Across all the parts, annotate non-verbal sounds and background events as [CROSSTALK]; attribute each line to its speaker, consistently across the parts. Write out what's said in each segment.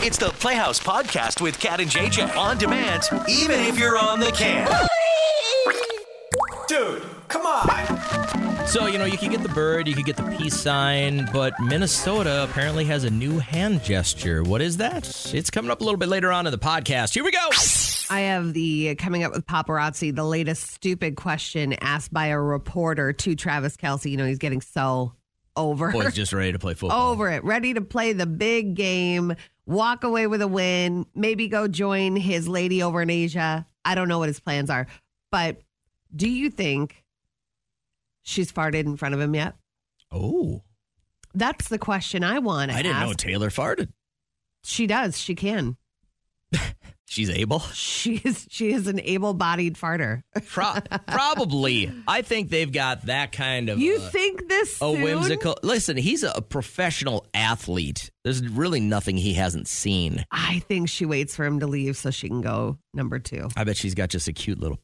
Speaker 1: It's the Playhouse Podcast with Cat and JJ on demand, even if you're on the can.
Speaker 2: Dude, come on.
Speaker 3: So, you know, you could get the bird, you could get the peace sign, but Minnesota apparently has a new hand gesture. What is that? It's coming up a little bit later on in the podcast. Here we go.
Speaker 4: I have the coming up with paparazzi, the latest stupid question asked by a reporter to Travis Kelsey. You know, he's getting so over
Speaker 3: Boy's just ready to play football.
Speaker 4: [LAUGHS] over it, ready to play the big game, walk away with a win, maybe go join his lady over in Asia. I don't know what his plans are, but do you think she's farted in front of him yet?
Speaker 3: Oh,
Speaker 4: That's the question I want to
Speaker 3: I didn't
Speaker 4: ask.
Speaker 3: know Taylor farted.
Speaker 4: she does. She can.
Speaker 3: She's
Speaker 4: [LAUGHS]
Speaker 3: able.
Speaker 4: She is. She is an able-bodied farter.
Speaker 3: Pro- probably. I think they've got that kind of.
Speaker 4: You
Speaker 3: uh,
Speaker 4: think this
Speaker 3: a
Speaker 4: soon?
Speaker 3: whimsical. Listen, he's a professional athlete. There's really nothing he hasn't seen.
Speaker 4: I think she waits for him to leave so she can go number two.
Speaker 3: I bet she's got just a cute little.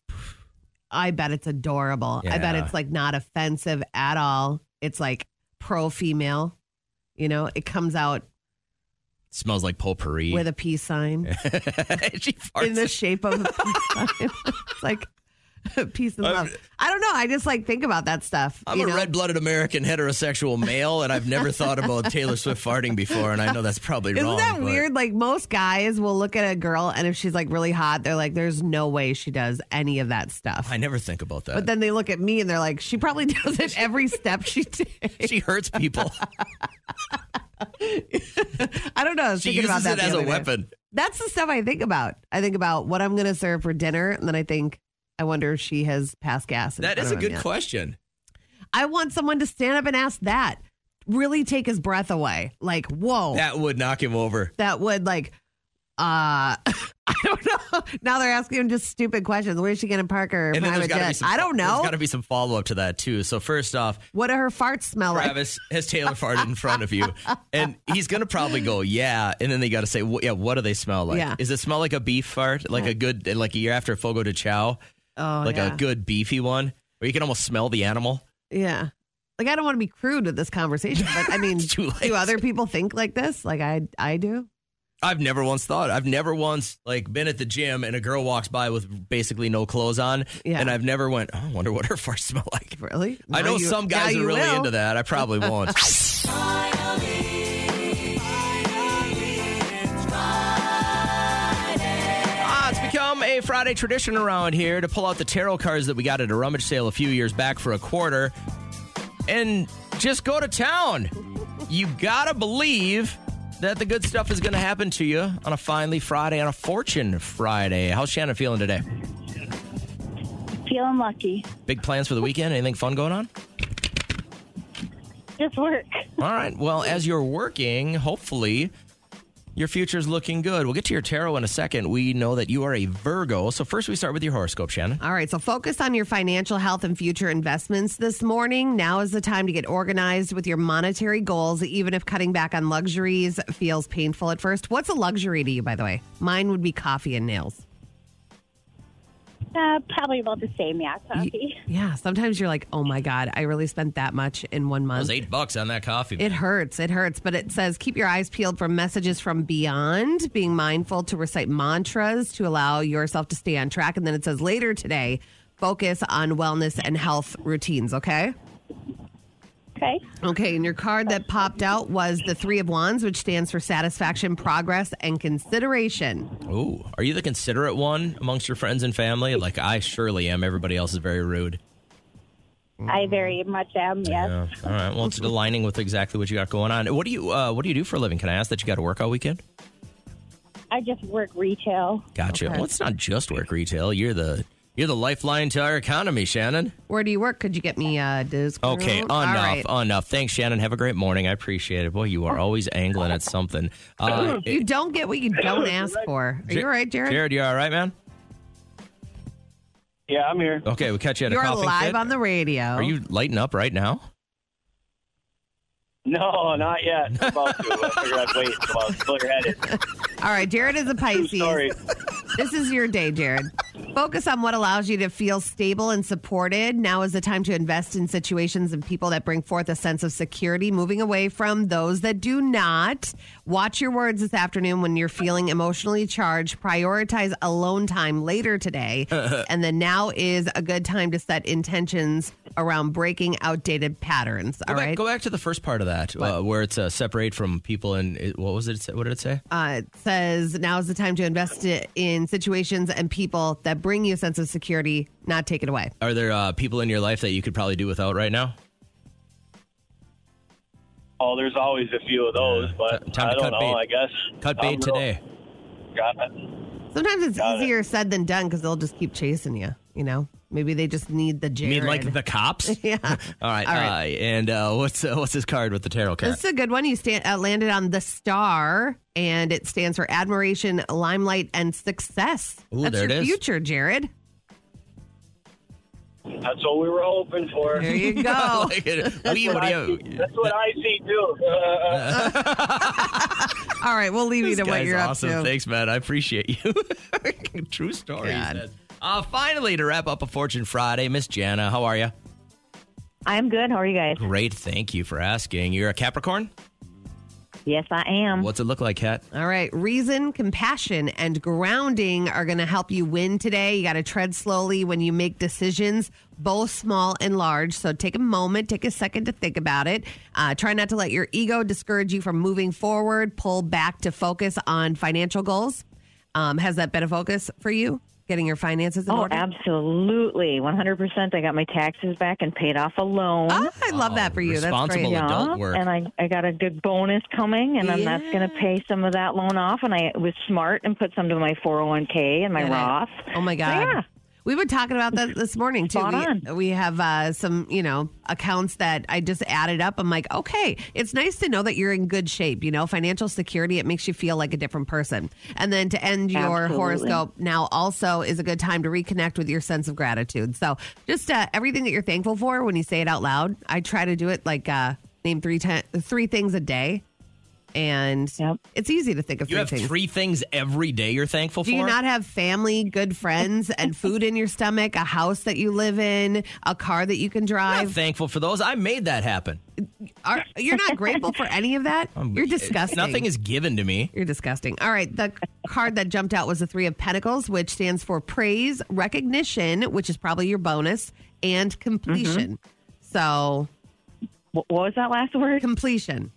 Speaker 4: I bet it's adorable. I bet
Speaker 3: Yeah.
Speaker 4: it's like not offensive at all. It's like pro female. You know, it comes out
Speaker 3: Smells like potpourri.
Speaker 4: with a peace sign
Speaker 3: [LAUGHS] she farts.
Speaker 4: in the shape of a peace [LAUGHS] sign. It's like peace and
Speaker 3: I'm-
Speaker 4: love. I don't know. I just like think about that stuff.
Speaker 3: I'm
Speaker 4: you
Speaker 3: a
Speaker 4: know?
Speaker 3: red-blooded American heterosexual male, and I've never thought about Taylor Swift farting before. And I know that's probably
Speaker 4: Isn't
Speaker 3: wrong.
Speaker 4: that
Speaker 3: but-
Speaker 4: weird? Like most guys will look at a girl and if she's like really hot, they're like, there's no way she does any of that stuff.
Speaker 3: I never think about that.
Speaker 4: but then they look at me and they're like, she probably [LAUGHS] does it every step she [LAUGHS] takes.
Speaker 3: she hurts
Speaker 4: [LAUGHS]
Speaker 3: people.
Speaker 4: I don't know. I was
Speaker 3: She
Speaker 4: thinking
Speaker 3: uses it
Speaker 4: about that the
Speaker 3: as a
Speaker 4: other day.
Speaker 3: weapon.
Speaker 4: That's the stuff I think about. I think about what I'm going to serve for dinner, and then I think, I wonder if she has passed gas. in
Speaker 3: That
Speaker 4: front
Speaker 3: is
Speaker 4: of
Speaker 3: a
Speaker 4: him
Speaker 3: good
Speaker 4: yet.
Speaker 3: question.
Speaker 4: I want someone to stand up and ask that. Really take his breath away. Like, whoa, that,
Speaker 3: That would knock him over.
Speaker 4: would like, uh, [LAUGHS] I don't know. Now they're asking him just stupid questions. Where's she going to park her
Speaker 3: And then there's
Speaker 4: private
Speaker 3: got to be
Speaker 4: jet?
Speaker 3: some.
Speaker 4: I don't
Speaker 3: There's
Speaker 4: know.
Speaker 3: got to be some follow-up to that too. So first off,
Speaker 4: what do her farts smell like?
Speaker 3: Travis has Taylor farted in front
Speaker 4: [LAUGHS]
Speaker 3: of you, and he's gonna probably go, yeah. And then they got to say, "Wh- yeah, what do they smell like?
Speaker 4: Yeah.
Speaker 3: Is it smell like a beef fart, like a good, like a year after Fogo de Chow,
Speaker 4: Oh,
Speaker 3: like
Speaker 4: yeah.
Speaker 3: a good beefy one, where you can almost smell the animal?
Speaker 4: yeah. Like I don't want to be crude with this conversation,
Speaker 3: [LAUGHS]
Speaker 4: but I mean,
Speaker 3: Too late.
Speaker 4: do other people think like this? Like I, I do.
Speaker 3: I've never once thought. I've never once like been at the gym and a girl walks by with basically no clothes on,
Speaker 4: Yeah.
Speaker 3: and I've never went. Oh, I wonder what her farts [LAUGHS] smell like.
Speaker 4: Really?
Speaker 3: I
Speaker 4: Now
Speaker 3: know
Speaker 4: you-
Speaker 3: some
Speaker 4: now
Speaker 3: guys are
Speaker 4: you
Speaker 3: really
Speaker 4: will.
Speaker 3: into that. I
Speaker 4: [LAUGHS]
Speaker 3: probably won't. Ah, it's become a Friday tradition around here to pull out the tarot cards that we got at a rummage sale a few years back for a quarter and just go to town. You gotta believe that the good stuff is gonna happen to you on a finally Friday, on a fortune Friday. How's Shannon feeling today?
Speaker 5: Feeling lucky.
Speaker 3: Big plans for the weekend? Anything fun going on?
Speaker 5: Just work. [LAUGHS]
Speaker 3: All right. Well, as you're working, hopefully your future's looking good. We'll get to your tarot in a second. We know that you are a Virgo. So first we start with your horoscope, Shannon.
Speaker 4: All right, so focus on your financial health and future investments this morning. Now is the time to get organized with your monetary goals, even if cutting back on luxuries feels painful at first. What's a luxury to you, by the way? Mine would be coffee and nails.
Speaker 5: Uh, probably about the same, yeah, coffee.
Speaker 4: Yeah, sometimes you're like, oh my God, I really spent that much in one
Speaker 3: That was
Speaker 4: month.
Speaker 3: eight bucks on that coffee.
Speaker 4: It hurts. It hurts. But it says keep your eyes peeled from messages from beyond, being mindful to recite mantras to allow yourself to stay on track. And then it says later today, focus on wellness and health routines, okay?
Speaker 5: Okay.
Speaker 4: Okay, and your card that popped out was the Three of Wands, which stands for satisfaction, progress, and consideration.
Speaker 3: Ooh, are you the considerate one amongst your friends and family? Like I surely am. Everybody else is very rude.
Speaker 4: Mm.
Speaker 5: I very much am, yes.
Speaker 3: Yeah. All right. Well, it's aligning with exactly what you got going on. What do you uh, What do you do for a living? Can I ask that you got to work all weekend?
Speaker 5: I just work retail.
Speaker 3: Gotcha.
Speaker 4: Okay.
Speaker 3: Well, it's not just work retail. You're the You're the lifeline to our economy, Shannon.
Speaker 4: Where do you work? Could you get me a discount?
Speaker 3: Okay, enough,
Speaker 4: All right.
Speaker 3: enough. Thanks, Shannon. Have a great morning. I appreciate it. Boy, you are always angling at something. Uh,
Speaker 4: [LAUGHS] You don't get what you don't ask for. Are you all right, Jared?
Speaker 3: Jared, you all right, man?
Speaker 6: Yeah, I'm here.
Speaker 3: Okay, we'll catch you at a
Speaker 4: You're
Speaker 3: coughing
Speaker 4: live
Speaker 3: fit.
Speaker 4: on the radio.
Speaker 3: Are you lighting up right now?
Speaker 2: No, not yet. I'm about to. I figured I'd wait until I was
Speaker 4: [LAUGHS]
Speaker 2: clear-headed.
Speaker 4: All right, Jared is a
Speaker 2: True
Speaker 4: Pisces.
Speaker 2: story.
Speaker 4: This is your day, Jared. Focus on what allows you to feel stable and supported. Now is the time to invest in situations and people that bring forth a sense of security, moving away from those that do not. Watch your words this afternoon when you're feeling emotionally charged. Prioritize alone time later today. and then now is a good time to set intentions around breaking outdated patterns. All
Speaker 3: Go back,
Speaker 4: right.
Speaker 3: go back to the first part of that, uh, where it's uh, separate from people and it, what was it? say- What did it say?
Speaker 4: uh, it says now is the time to invest i- in situations and people that bring you a sense of security, not take it away.
Speaker 3: Are there uh, people in your life that you could probably do without right now?
Speaker 2: Oh, there's always a few of those, but
Speaker 3: Uh, Time to
Speaker 2: I don't
Speaker 3: cut
Speaker 2: know.
Speaker 3: bait.
Speaker 2: I guess
Speaker 3: Cut
Speaker 2: I'm
Speaker 3: bait
Speaker 2: real-
Speaker 3: today.
Speaker 2: Got it.
Speaker 4: Sometimes it's
Speaker 2: Got it.
Speaker 4: easier said than done because they'll just keep chasing you. You know, maybe they just need the
Speaker 3: You
Speaker 4: Jared.
Speaker 3: mean like the cops? [LAUGHS]
Speaker 4: [LAUGHS] yeah.
Speaker 3: All right.
Speaker 4: All right.
Speaker 3: Uh, and uh, what's uh, what's his card with the tarot card?
Speaker 4: This is a good one. You stand, uh, landed on the star, and it stands for admiration, limelight, and success.
Speaker 3: Ooh,
Speaker 4: That's
Speaker 3: there
Speaker 4: your
Speaker 3: it is.
Speaker 4: future, Jared.
Speaker 2: That's what we were hoping for.
Speaker 3: [LAUGHS]
Speaker 4: There you go.
Speaker 3: Like it- we
Speaker 2: [LAUGHS] That's
Speaker 3: would
Speaker 2: what I
Speaker 3: have-
Speaker 2: see- that's what I see too. [LAUGHS] Uh,
Speaker 4: All right, we'll leave you
Speaker 3: This
Speaker 4: to what
Speaker 3: guy's
Speaker 4: you're
Speaker 3: awesome.
Speaker 4: up to.
Speaker 3: Thanks, man. I appreciate you. [LAUGHS] True story.
Speaker 4: God.
Speaker 3: man. Uh, finally, to wrap up a Fortune Friday, Miss Jana, how are you?
Speaker 6: I'm good. How are you guys?
Speaker 3: Great. Thank you for asking. You're a Capricorn?
Speaker 6: Yes, I am.
Speaker 3: What's it look like, Kat?
Speaker 4: All right. Reason, compassion, and grounding are going to help you win today. You got to tread slowly when you make decisions, both small and large. So take a moment, take a second to think about it. Uh, try not to let your ego discourage you from moving forward. Pull back to focus on financial goals. Um, has that been a focus for you? Getting your finances in
Speaker 6: Oh,
Speaker 4: order?
Speaker 6: absolutely. 100%. I got my taxes back and paid off a loan. Uh-huh.
Speaker 4: Ah, I love that for you. That's
Speaker 3: responsible.
Speaker 4: great.
Speaker 3: Well, adult work.
Speaker 6: and I, I got a good bonus coming, and then that's going to pay some of that loan off. And I was smart and put some to my 401k and my
Speaker 4: Get it.
Speaker 6: Roth.
Speaker 4: Oh my god.
Speaker 6: yeah.
Speaker 4: We were talking about that this morning too.
Speaker 6: Spot
Speaker 4: we,
Speaker 6: on.
Speaker 4: we have uh, some, you know, accounts that I just added up. I'm like, okay, it's nice to know that you're in good shape. You know, financial security it makes you feel like a different person. And then to end your
Speaker 6: Absolutely.
Speaker 4: horoscope now also is a good time to reconnect with your sense of gratitude. So just uh, everything that you're thankful for when you say it out loud. I try to do it like uh, name three ten- three things a day, and
Speaker 6: Yep.
Speaker 4: it's easy to think of
Speaker 3: You
Speaker 4: three
Speaker 3: have
Speaker 4: things.
Speaker 3: three things every day you're thankful
Speaker 4: Do
Speaker 3: for?
Speaker 4: you not have family, good friends, and food in your stomach, a house that you live in, a car that you can
Speaker 3: I'm
Speaker 4: drive?
Speaker 3: thankful for those. I made that happen.
Speaker 4: Are, you're not grateful for any of that?
Speaker 3: Um,
Speaker 4: You're
Speaker 3: it-
Speaker 4: disgusting.
Speaker 3: Nothing is given to me.
Speaker 4: You're disgusting. All right. The card that jumped out was the Three of Pentacles, which stands for praise, recognition, which is probably your bonus, and completion.
Speaker 3: Mm-hmm.
Speaker 4: So,
Speaker 6: Wh- What was that last word?
Speaker 4: completion.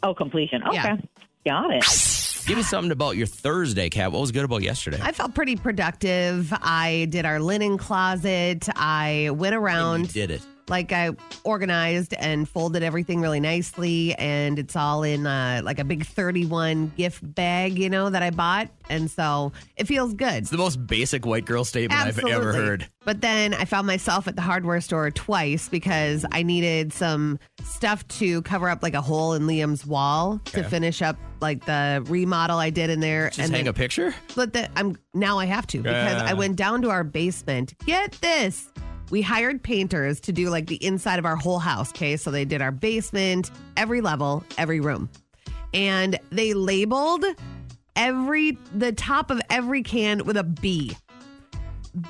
Speaker 6: Oh, completion. Okay.
Speaker 4: Yeah.
Speaker 6: Got it.
Speaker 4: [LAUGHS]
Speaker 3: Give me something about your Thursday, Kat. What was good about yesterday?
Speaker 4: I felt pretty productive. I did our linen closet, I went around.
Speaker 3: you did it.
Speaker 4: like I organized and folded everything really nicely, and it's all in uh, like a big 31 gift bag, you know, that I bought, and so it feels good.
Speaker 3: It's the most basic white girl statement
Speaker 4: Absolutely.
Speaker 3: I've ever heard.
Speaker 4: But then I found myself at the hardware store twice because I needed some stuff to cover up like a hole in Liam's wall to finish up like the remodel I did in there.
Speaker 3: Just hang
Speaker 4: then-
Speaker 3: a picture?
Speaker 4: but the, I'm now I have to because I went down to our basement. Get this. We hired painters to do like the inside of our whole house, okay? So they did our basement, every level, every room. And they labeled every the top of every can with a B.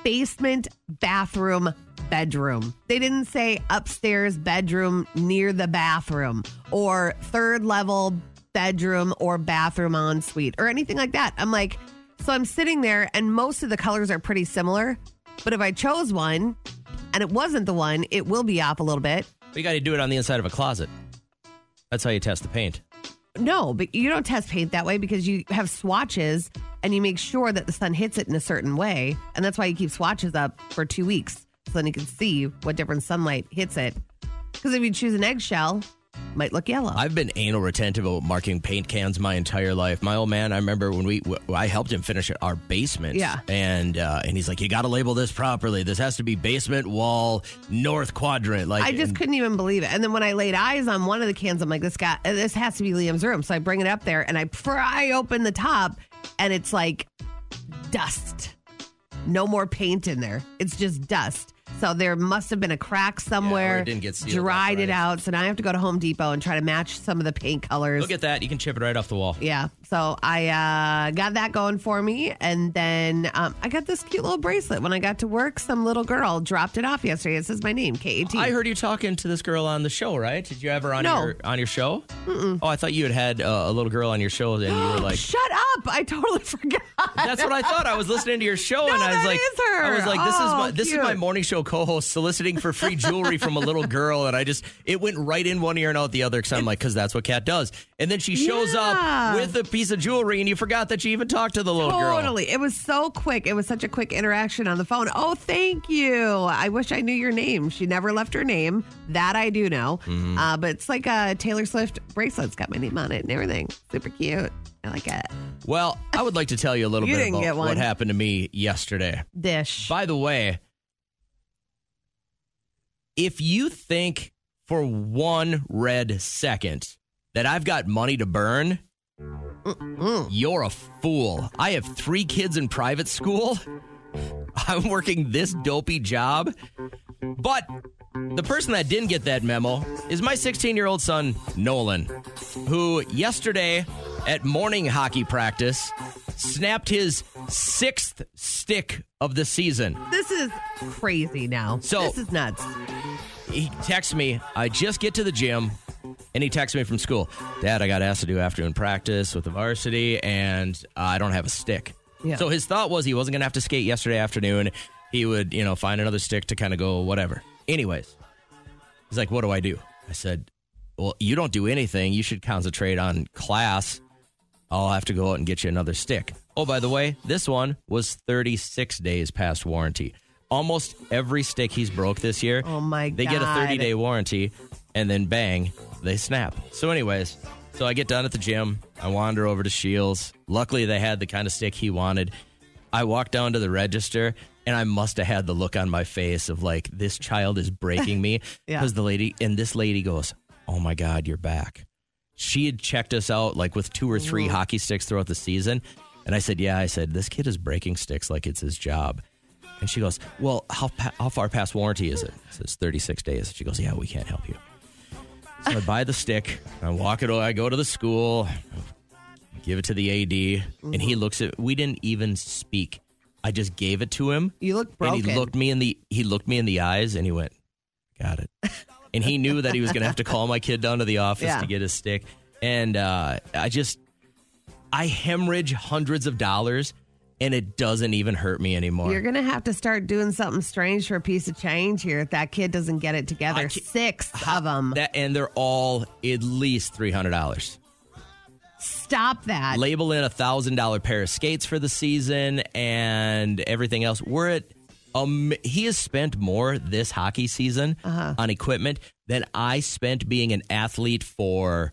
Speaker 4: Basement, bathroom, bedroom. They didn't say upstairs bedroom near the bathroom or third level bedroom or bathroom ensuite or anything like that. I'm like, so I'm sitting there and most of the colors are pretty similar, but if I chose one and it wasn't the one, it will be off a little bit.
Speaker 3: We got to do it on the inside of a closet. That's how you test the paint.
Speaker 4: No, but you don't test paint that way because you have swatches and you make sure that the sun hits it in a certain way. And that's why you keep swatches up for two weeks so then you can see what different sunlight hits it. Because if you choose an eggshell, it might look yellow.
Speaker 3: I've been anal retentive about marking paint cans my entire life. My old man, I remember when we w- I helped him finish our basement.
Speaker 4: Yeah.
Speaker 3: and uh, and he's like, you got to label this properly. This has to be basement wall north quadrant. Like
Speaker 4: I just
Speaker 3: and-
Speaker 4: couldn't even believe it. And then when I laid eyes on one of the cans, I'm like, this guy, uh, this has to be Liam's room. So I bring it up there and I pry open the top and it's like dust. No more paint in there. It's just dust. So there must have been a crack somewhere.
Speaker 3: it didn't get sealed up, right.
Speaker 4: dried it out. So now I have to go to Home Depot and try to match some of the paint colors.
Speaker 3: Look at that. You can chip it right off the wall.
Speaker 4: Yeah. So I uh, got that going for me. And then um, I got this cute little bracelet when I got to work. Some little girl dropped it off yesterday. It says my name, K A T.
Speaker 3: I heard you talking to this girl on the show, right? Did you have her on
Speaker 4: No.
Speaker 3: your on your show? Oh, I thought you had had uh, a little girl on your show, and you
Speaker 4: [GASPS]
Speaker 3: were like, Oh,
Speaker 4: Shut up. I totally [LAUGHS] forgot.
Speaker 3: "That's what I thought." I was listening to your show, and I was
Speaker 4: that
Speaker 3: like,
Speaker 4: is her.
Speaker 3: "I was like, this is
Speaker 4: Oh,
Speaker 3: my this is my
Speaker 4: cute.
Speaker 3: morning show co-host soliciting for free jewelry from a little girl," and I just it went right in one ear and out the other because I'm like, "Cause that's what Kat does." And then she shows
Speaker 4: Yeah.
Speaker 3: up with a piece of jewelry, and you forgot that you even talked to the little girl.
Speaker 4: Totally. It was so quick. It was such a quick interaction on the phone. Oh, thank you. I wish I knew your name. She never left her name. That I do know.
Speaker 3: Mm-hmm.
Speaker 4: Uh, but it's like a Taylor Swift bracelet's got my name on it and everything. Super cute. I like it.
Speaker 3: Well, I would like to tell you a little
Speaker 4: You
Speaker 3: bit
Speaker 4: didn't
Speaker 3: about
Speaker 4: get one.
Speaker 3: what happened to me yesterday.
Speaker 4: Dish.
Speaker 3: By the way, if you think for one red second that I've got money to burn, you're a fool. I have three kids in private school. [LAUGHS] I'm working this dopey job. But the person that didn't get that memo is my 16 year old son, Nolan, who yesterday at morning hockey practice snapped his sixth stick of the season.
Speaker 4: This is crazy now.
Speaker 3: So-
Speaker 4: this is nuts.
Speaker 3: he texts me. I just get to the gym, and he texts me from school. Dad, I got asked to do afternoon practice with the varsity, and I don't have a stick.
Speaker 4: Yeah.
Speaker 3: So his thought was he wasn't going to have to skate yesterday afternoon. He would, you know, find another stick to kind of go whatever. Anyways, he's like, "What do I do?" I said, "Well, you don't do anything. You should concentrate on class." I'll have to go out and get you another stick. Oh, by the way, this one was 36 days past warranty. Almost every stick he's broke this year.
Speaker 4: Oh, my
Speaker 3: They get a
Speaker 4: God.
Speaker 3: 30 day warranty, and then bang, they snap. So, anyways, so I get done at the gym. I wander over to Shields. Luckily, they had the kind of stick he wanted. I walk down to the register, and I must have had the look on my face of like, this child is breaking me.
Speaker 4: Yeah.
Speaker 3: Because the lady, and this lady goes, Oh my God, you're back she had checked us out like with two or 3 hockey sticks throughout the season. And I said, Yeah, I said, this kid is breaking sticks like it's his job. And she goes, Well, how, pa- how far past warranty is it? I said, It's 36 days. She goes, Yeah, we can't help you. So I buy the stick. I walk it. o- I go to the school, give it to the AD, and
Speaker 4: Mm-hmm.
Speaker 3: he looks at. We didn't even speak. I just gave it to him.
Speaker 4: You look
Speaker 3: And he
Speaker 4: broken.
Speaker 3: looked me in the. He looked me in the eyes, and he went, "Got
Speaker 4: [LAUGHS]
Speaker 3: it." and he knew that he was going to have to call my kid down to the office
Speaker 4: Yeah.
Speaker 3: to get his stick. And uh, I just, I hemorrhage hundreds of dollars, and it doesn't even hurt me anymore.
Speaker 4: You're gonna have to start doing something strange for a piece of change here if that kid doesn't get it
Speaker 3: I
Speaker 4: together.
Speaker 3: can't-
Speaker 4: Six of them.
Speaker 3: that, and they're all at least three hundred dollars.
Speaker 4: Stop that.
Speaker 3: label in a thousand dollar pair of skates for the season and everything else. We're at um, he has spent more this hockey season
Speaker 4: Uh-huh.
Speaker 3: on equipment than I spent being an athlete for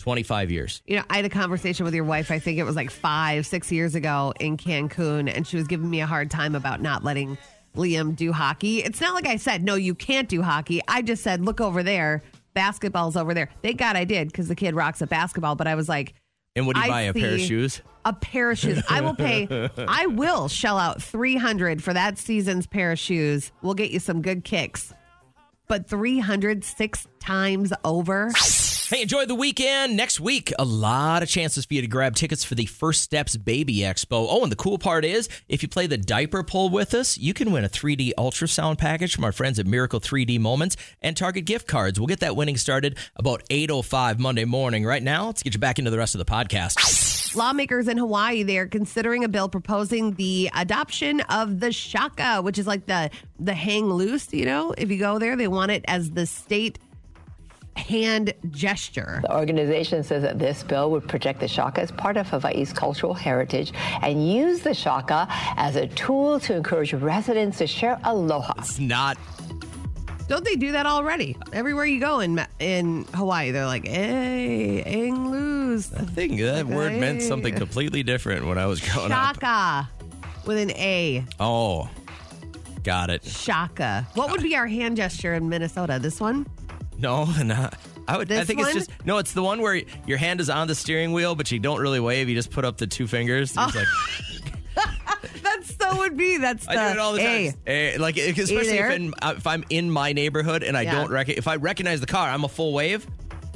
Speaker 3: 25 years.
Speaker 4: You know, I had a conversation with your wife, I think it was like five, six years ago in Cancun, and she was giving me a hard time about not letting Liam do hockey. It's not like I said, no, you can't do hockey. I just said, look over there. Basketball's over there. Thank God I did because the kid rocks at basketball, but I was like,
Speaker 3: And what do you
Speaker 4: I
Speaker 3: buy? A pair of
Speaker 4: see.
Speaker 3: shoes?
Speaker 4: a pair of shoes. I will pay.
Speaker 3: [LAUGHS]
Speaker 4: I will shell out three hundred for that season's pair of shoes. We'll get you some good kicks. But three hundred six times over.
Speaker 3: Hey, enjoy the weekend. Next week, a lot of chances for you to grab tickets for the First Steps Baby Expo. Oh, and the cool part is, if you play the diaper pull with us, you can win a 3D ultrasound package from our friends at Miracle 3D Moments and Target gift cards. We'll get that winning started about 8:05 Monday morning. Right now, let's get you back into the rest of the podcast.
Speaker 4: Lawmakers in Hawaii they are considering a bill proposing the adoption of the shaka, which is like the the hang loose. You know, if you go there, they want it as the state hand gesture.
Speaker 7: The organization says that this bill would protect the shaka as part of Hawaii's cultural heritage and use the shaka as a tool to encourage residents to share aloha.
Speaker 3: It's not
Speaker 4: Don't they do that already? Everywhere you go in in Hawaii, they're like, "Hey, hang loose."
Speaker 3: a thing. That word meant something completely different when I was growing up.
Speaker 4: Shaka with an A.
Speaker 3: Oh. Got it.
Speaker 4: Shaka. What would be our hand gesture in Minnesota? This one?
Speaker 3: No, [LAUGHS] not. I would. I
Speaker 4: This
Speaker 3: think
Speaker 4: one?
Speaker 3: it's just no. It's the one where your hand is on the steering wheel, but you don't really wave. You just put up the two fingers. It's like
Speaker 4: That's so that would be. That's Oh, the
Speaker 3: I do it all the
Speaker 4: A.
Speaker 3: time. Eh, like eh, especially
Speaker 4: there?
Speaker 3: if, in, uh, if I'm in my neighborhood and I
Speaker 4: Yeah.
Speaker 3: don't rec- if I recognize the car, I'm a full wave.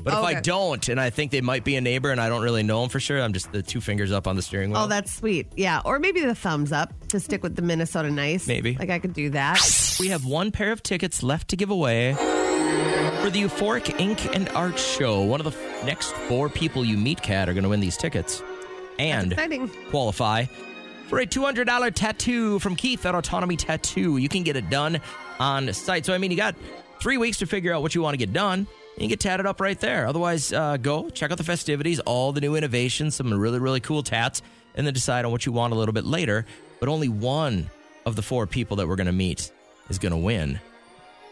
Speaker 3: But if I
Speaker 4: Okay.
Speaker 3: don't and I think they might be a neighbor and I don't really know them for sure, I'm just the two fingers up on the steering wheel.
Speaker 4: Oh, that's sweet. Yeah, or maybe the thumbs up to stick with the Minnesota nice.
Speaker 3: Maybe.
Speaker 4: like I could do that.
Speaker 3: We have one pair of tickets left to give away for the Euphoric Ink and Art Show. One of the f- next four people you meet, Kat, are going to win these tickets and
Speaker 4: exciting.
Speaker 3: qualify for a $200 tattoo from Keith at Autonomy Tattoo. You can get it done on site. So, I mean, you got three weeks to figure out what you want to get done. And you get tatted up right there. Otherwise, uh, go check out the festivities, all the new innovations, some really, really cool tats, and then decide on what you want a little bit later. But only one of the four people that we're going to meet is going to win.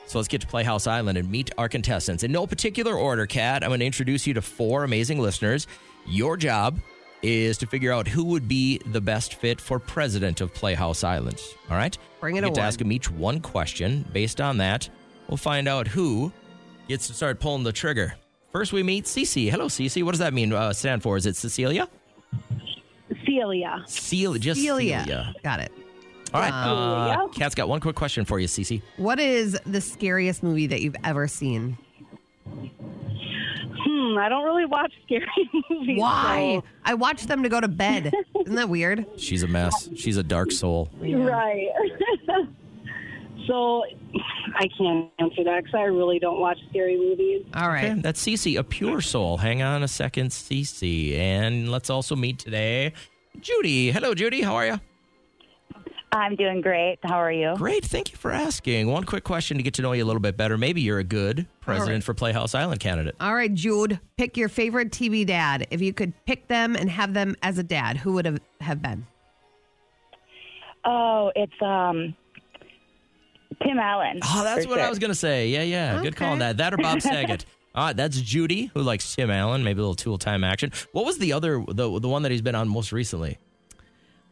Speaker 3: So let's get to Playhouse Island and meet our contestants. In no particular order, Kat, I'm going to introduce you to four amazing listeners. Your job is to figure out who would be the best fit for president of Playhouse Island. All right?
Speaker 4: Bring it
Speaker 3: You get to
Speaker 4: on.
Speaker 3: ask them each one question. Based on that, we'll find out who gets to start pulling the trigger. First, we meet Cece. Hello, Cece. What does that mean uh, stand for? Is it Cecilia?
Speaker 5: Celia.
Speaker 3: Celia. Just Celia.
Speaker 4: Celia. Got it.
Speaker 3: All right.
Speaker 5: Wow.
Speaker 3: Uh, Kat's got one quick question for you, Cece.
Speaker 4: What is the scariest movie that you've ever seen?
Speaker 5: Hmm, I don't really watch scary [LAUGHS] movies.
Speaker 4: Why? I watch them to go to
Speaker 8: [LAUGHS]
Speaker 4: bed. Isn't that weird?
Speaker 3: She's a mess. She's a dark soul.
Speaker 5: so- Right. [LAUGHS] so I can't answer that because I really don't watch scary movies.
Speaker 4: All right.
Speaker 3: Okay, that's Cece, a pure soul. Hang on a second, Cece. And let's also meet today Judy. Hello, Judy. How are you?
Speaker 8: I'm doing great. How are you?
Speaker 3: Great. Thank you for asking. One quick question to get to know you a little bit better. Maybe you're a good president for Playhouse Island candidate.
Speaker 4: All right, Jude, pick your favorite TV dad. If you could pick them and have them as a dad, who would have, have been?
Speaker 8: Oh, it's um Tim Allen.
Speaker 3: Oh, that's
Speaker 8: for
Speaker 3: what I
Speaker 8: sure.
Speaker 3: was going to say. Yeah, yeah. Good call on
Speaker 4: Okay.
Speaker 3: that. That or [LAUGHS] Bob Saget. All right, that's Judy, who likes Tim Allen. Maybe a little tool time action. What was the other, the, the one that he's been on most recently?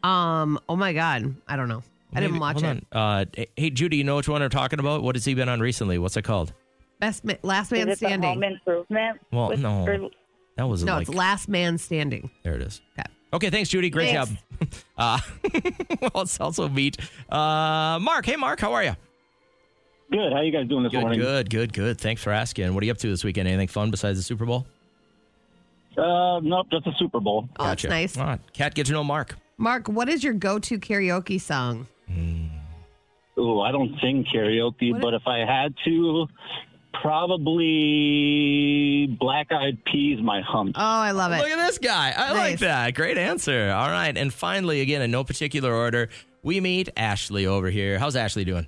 Speaker 4: Um, oh my God. I don't know. I didn't
Speaker 3: Maybe-
Speaker 4: watch
Speaker 3: hold
Speaker 4: it.
Speaker 3: on. Uh, hey, Judy, you know which one we're talking about? What has he been on recently? What's it called?
Speaker 4: Best ma- last
Speaker 8: Is
Speaker 4: man
Speaker 8: it the Home
Speaker 4: standing.
Speaker 8: Improvement?
Speaker 3: Well,
Speaker 8: with-
Speaker 3: no.
Speaker 8: or-
Speaker 3: That was
Speaker 4: No,
Speaker 3: like
Speaker 4: it's last man standing.
Speaker 3: There it is.
Speaker 4: Okay.
Speaker 3: Okay, thanks, Judy. Great
Speaker 4: Thanks.
Speaker 3: job. [LAUGHS] Uh, let's also meet uh, Mark. Hey, Mark, how are you?
Speaker 2: Good. How you guys doing this
Speaker 3: Good,
Speaker 2: morning?
Speaker 3: good, good, good. Thanks for asking. What are you up to this weekend? Anything fun besides the Super Bowl?
Speaker 2: Uh, nope, just a Super Bowl.
Speaker 4: Oh, that's nice.
Speaker 3: All right. Cat, get to know Mark.
Speaker 4: Mark, what is your go to karaoke song?
Speaker 2: Ooh, I don't sing karaoke,
Speaker 4: What-
Speaker 2: but if I had to, probably Black Eyed Peas, my hump.
Speaker 4: Oh, I love
Speaker 3: Look
Speaker 4: it.
Speaker 3: at this guy. I like
Speaker 4: Nice.
Speaker 3: that. Great answer. All right. And finally, again, in no particular order, we meet Ashley over here. How's Ashley doing?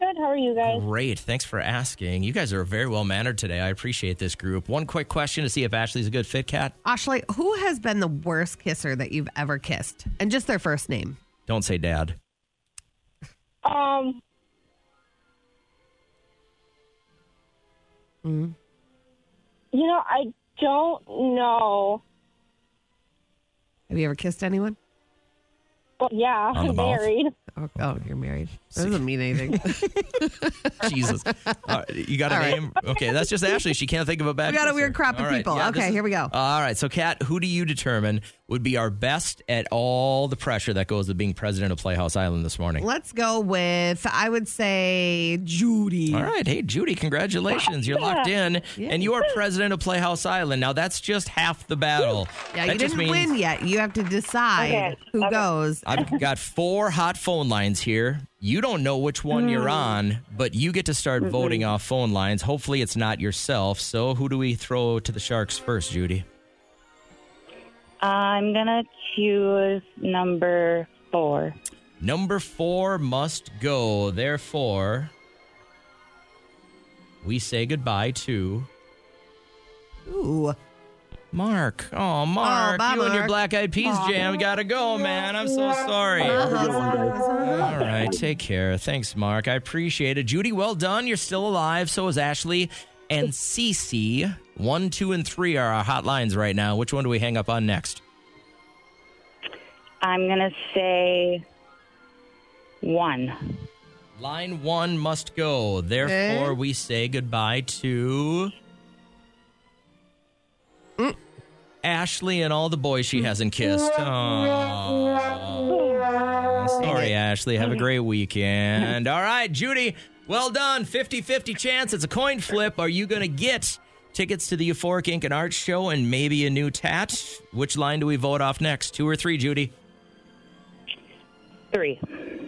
Speaker 5: Good. How are you guys?
Speaker 3: Great. Thanks for asking. You guys are very well mannered today. I appreciate this group. One quick question to see if Ashley's a good fit, Cat.
Speaker 4: Ashley, who has been the worst kisser that you've ever kissed? And just their first name.
Speaker 3: Don't say
Speaker 4: [LAUGHS]
Speaker 3: dad.
Speaker 5: Um. You know, I don't know.
Speaker 4: Have you ever kissed anyone?
Speaker 5: But yeah,
Speaker 3: On the
Speaker 5: I'm
Speaker 3: mouth?
Speaker 5: married.
Speaker 4: Oh, oh, you're married. That doesn't mean anything.
Speaker 3: Jesus. All right, you got a
Speaker 4: All right.
Speaker 3: name? Okay, that's just Ashley. She can't think of a bad
Speaker 4: We got a
Speaker 3: kisser.
Speaker 4: weird crop of
Speaker 3: All right,
Speaker 4: people.
Speaker 3: yeah,
Speaker 4: Okay,
Speaker 3: this is-
Speaker 4: here we go.
Speaker 3: All right, so Kat, who do you determine would be our best at all the pressure that goes to being president of Playhouse Island this morning?
Speaker 4: [LAUGHS] Let's go with, I would say, Judy.
Speaker 3: All right. Hey, Judy, congratulations. You're locked in, and you are president of Playhouse Island. Now, that's just half the battle.
Speaker 4: Yeah,
Speaker 3: that
Speaker 4: you
Speaker 3: just
Speaker 4: didn't
Speaker 3: means
Speaker 4: win yet. You have to decide
Speaker 8: Okay,
Speaker 4: who
Speaker 8: okay.
Speaker 4: goes. [LAUGHS]
Speaker 3: I've got four hot phone lines here. You don't know which one
Speaker 4: Mm.
Speaker 3: you're on, but you get to start voting off phone lines. Hopefully, it's not yourself. So, who do we throw to the Sharks first, Judy?
Speaker 8: I'm gonna choose number four.
Speaker 3: Number four must go. Therefore, we say goodbye to
Speaker 4: Ooh.
Speaker 3: Mark. Oh, Mark,
Speaker 4: bye,
Speaker 3: you and your
Speaker 4: Mark.
Speaker 3: Black Eyed Peas jam gotta go, man. I'm so sorry.
Speaker 4: Uh-huh.
Speaker 3: All right, take care. Thanks, Mark. I appreciate it. Judy, well done. You're still alive. So is Ashley and Cece. One, two, and three are our hot lines right now. Which one do we hang up on next?
Speaker 8: I'm gonna say one.
Speaker 3: Line one must go. Therefore,
Speaker 4: Okay.
Speaker 3: we say goodbye to Ashley and all the boys she hasn't kissed. Aw.
Speaker 1: Sorry, Ashley. Have a great weekend. All right, Judy. Well done. 50 50 chance. It's a coin flip. Are you going to get tickets to the Euphoric Ink and Arts Show and maybe a new tat? Which line do we vote off next? Two or three, Judy?
Speaker 8: Three.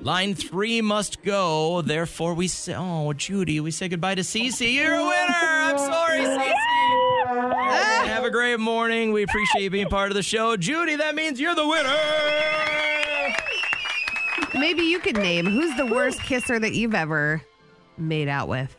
Speaker 1: Line three must go. Therefore, we say, oh, Judy, we say goodbye to Cece. You're a winner. I'm sorry, Cece. Have a great morning. We appreciate you being part of the show. Judy, that means you're the winner.
Speaker 4: Maybe you could name who's the worst kisser that you've ever made out with.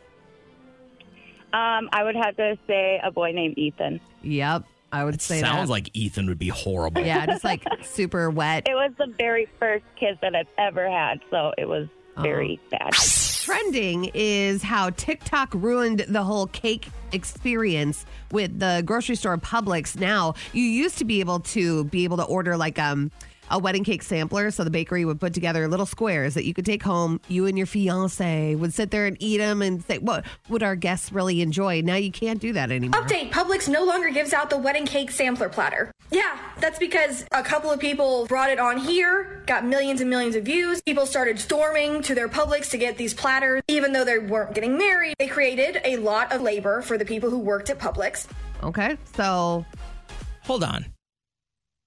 Speaker 8: Um, I would have to say a boy named Ethan.
Speaker 4: Yep, I would say
Speaker 1: Sounds
Speaker 4: that.
Speaker 1: like Ethan would be horrible.
Speaker 4: yeah, just like super wet.
Speaker 8: It was the very first kiss that I've ever had, so it was very bad.
Speaker 4: Trending is how TikTok ruined the whole cake experience with the grocery store Publix. Now you used to be able to be able to order like um a wedding cake sampler, so the bakery would put together little squares that you could take home. You and your fiance would sit there and eat them and say, "What would our guests really enjoy?" Now you can't do that anymore.
Speaker 9: Update Publix no longer gives out the wedding cake sampler platter. Yeah, that's because a couple of people brought it on here, got millions and millions of views. People started storming to their Publix to get these platters, even though they weren't getting married. They created a lot of labor for the people who worked at Publix.
Speaker 4: Okay, so
Speaker 1: Hold on.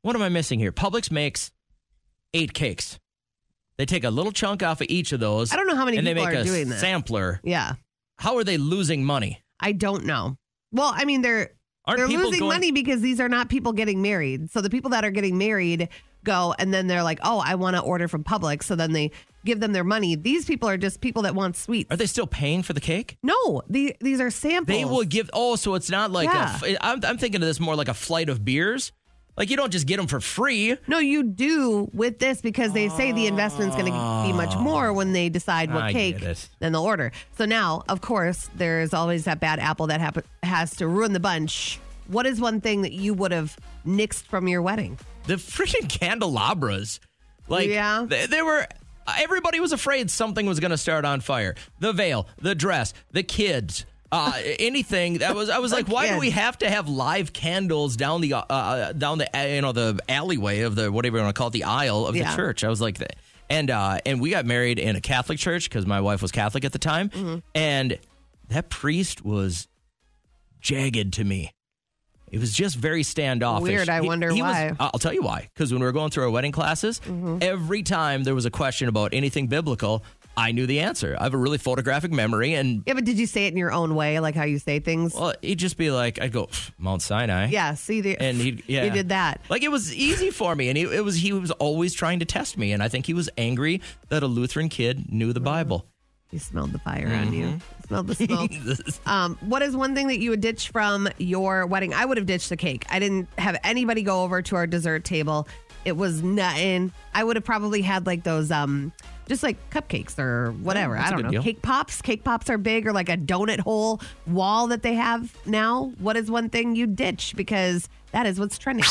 Speaker 1: What am I missing here? Publix makes eight cakes. They take a little chunk off of each of those.
Speaker 4: I don't know how many
Speaker 1: and
Speaker 4: people
Speaker 1: they make
Speaker 4: are
Speaker 1: a
Speaker 4: doing that.
Speaker 1: sampler.
Speaker 4: yeah,
Speaker 1: How are they losing money?
Speaker 4: I don't know. Well, I mean, they're
Speaker 1: Aren't
Speaker 4: they're
Speaker 1: people
Speaker 4: losing
Speaker 1: going-
Speaker 4: money because these are not people getting married. So the people that are getting married go and then they're like, "Oh, I want to order from Publix." So then they give them their money. These people are just people that want sweets.
Speaker 1: Are they still paying for the cake?
Speaker 4: no, the, these are samples.
Speaker 1: They will give. Oh, so it's not like.
Speaker 4: Yeah.
Speaker 1: A, I'm, I'm thinking of this more like a flight of beers. Like you don't just get them for free.
Speaker 4: No, you do with this because they say the investment's going to be much more when they decide what
Speaker 1: Ah. I
Speaker 4: cake
Speaker 1: get it.
Speaker 4: then they'll order. So now, of course, there's always that bad apple that happen- has to ruin the bunch. What is one thing that you would have nixed from your wedding?
Speaker 1: The freaking candelabras. Like
Speaker 4: Yeah.
Speaker 1: they, they were. Everybody was afraid something was going to start on fire. The veil, the dress, the kids.
Speaker 4: [LAUGHS]
Speaker 1: Uh, anything that was, I was like, why do we
Speaker 4: kids.
Speaker 1: have to have live candles down the uh, uh, down the uh, you know the alleyway of the whatever you want to call it, the aisle of
Speaker 4: Yeah.
Speaker 1: the church? I was like, that. and uh, and we got married in a Catholic church because my wife was Catholic at the time,
Speaker 4: Mm-hmm.
Speaker 1: and that priest was jagged to me. It was just very standoffish.
Speaker 4: Weird, I wonder
Speaker 1: was-
Speaker 4: why. Mm-hmm.
Speaker 1: I'll tell you why. Because when we were going through our wedding classes, every time there was a question about anything biblical, I knew the answer. I have a really photographic memory, and
Speaker 4: Yeah, but did you say it in your own way, like how you say things?
Speaker 1: well, he'd just be like, "I'd go "Pff, Mount Sinai."
Speaker 4: yeah, see, the,
Speaker 1: and he yeah.
Speaker 4: you did that.
Speaker 1: Like it was easy for me, and he, it was he was always trying to test me, and I think he was angry that a Lutheran kid knew
Speaker 4: Mm-hmm.
Speaker 1: the Bible.
Speaker 4: You smelled the fire on you.
Speaker 1: Mm-hmm.
Speaker 4: You Smelled the
Speaker 1: [LAUGHS]
Speaker 4: smoke. um, what is one thing that you would ditch from your wedding? I would have ditched the cake. I didn't have anybody go over to our dessert table. It was nothing. I would have probably had like those, um, just like cupcakes or whatever.
Speaker 1: Oh, that's a
Speaker 4: I don't
Speaker 1: good
Speaker 4: know.
Speaker 1: deal.
Speaker 4: Cake pops. Cake pops are big, or like a donut hole wall that they have now. What is one thing you ditch because that is what's trending?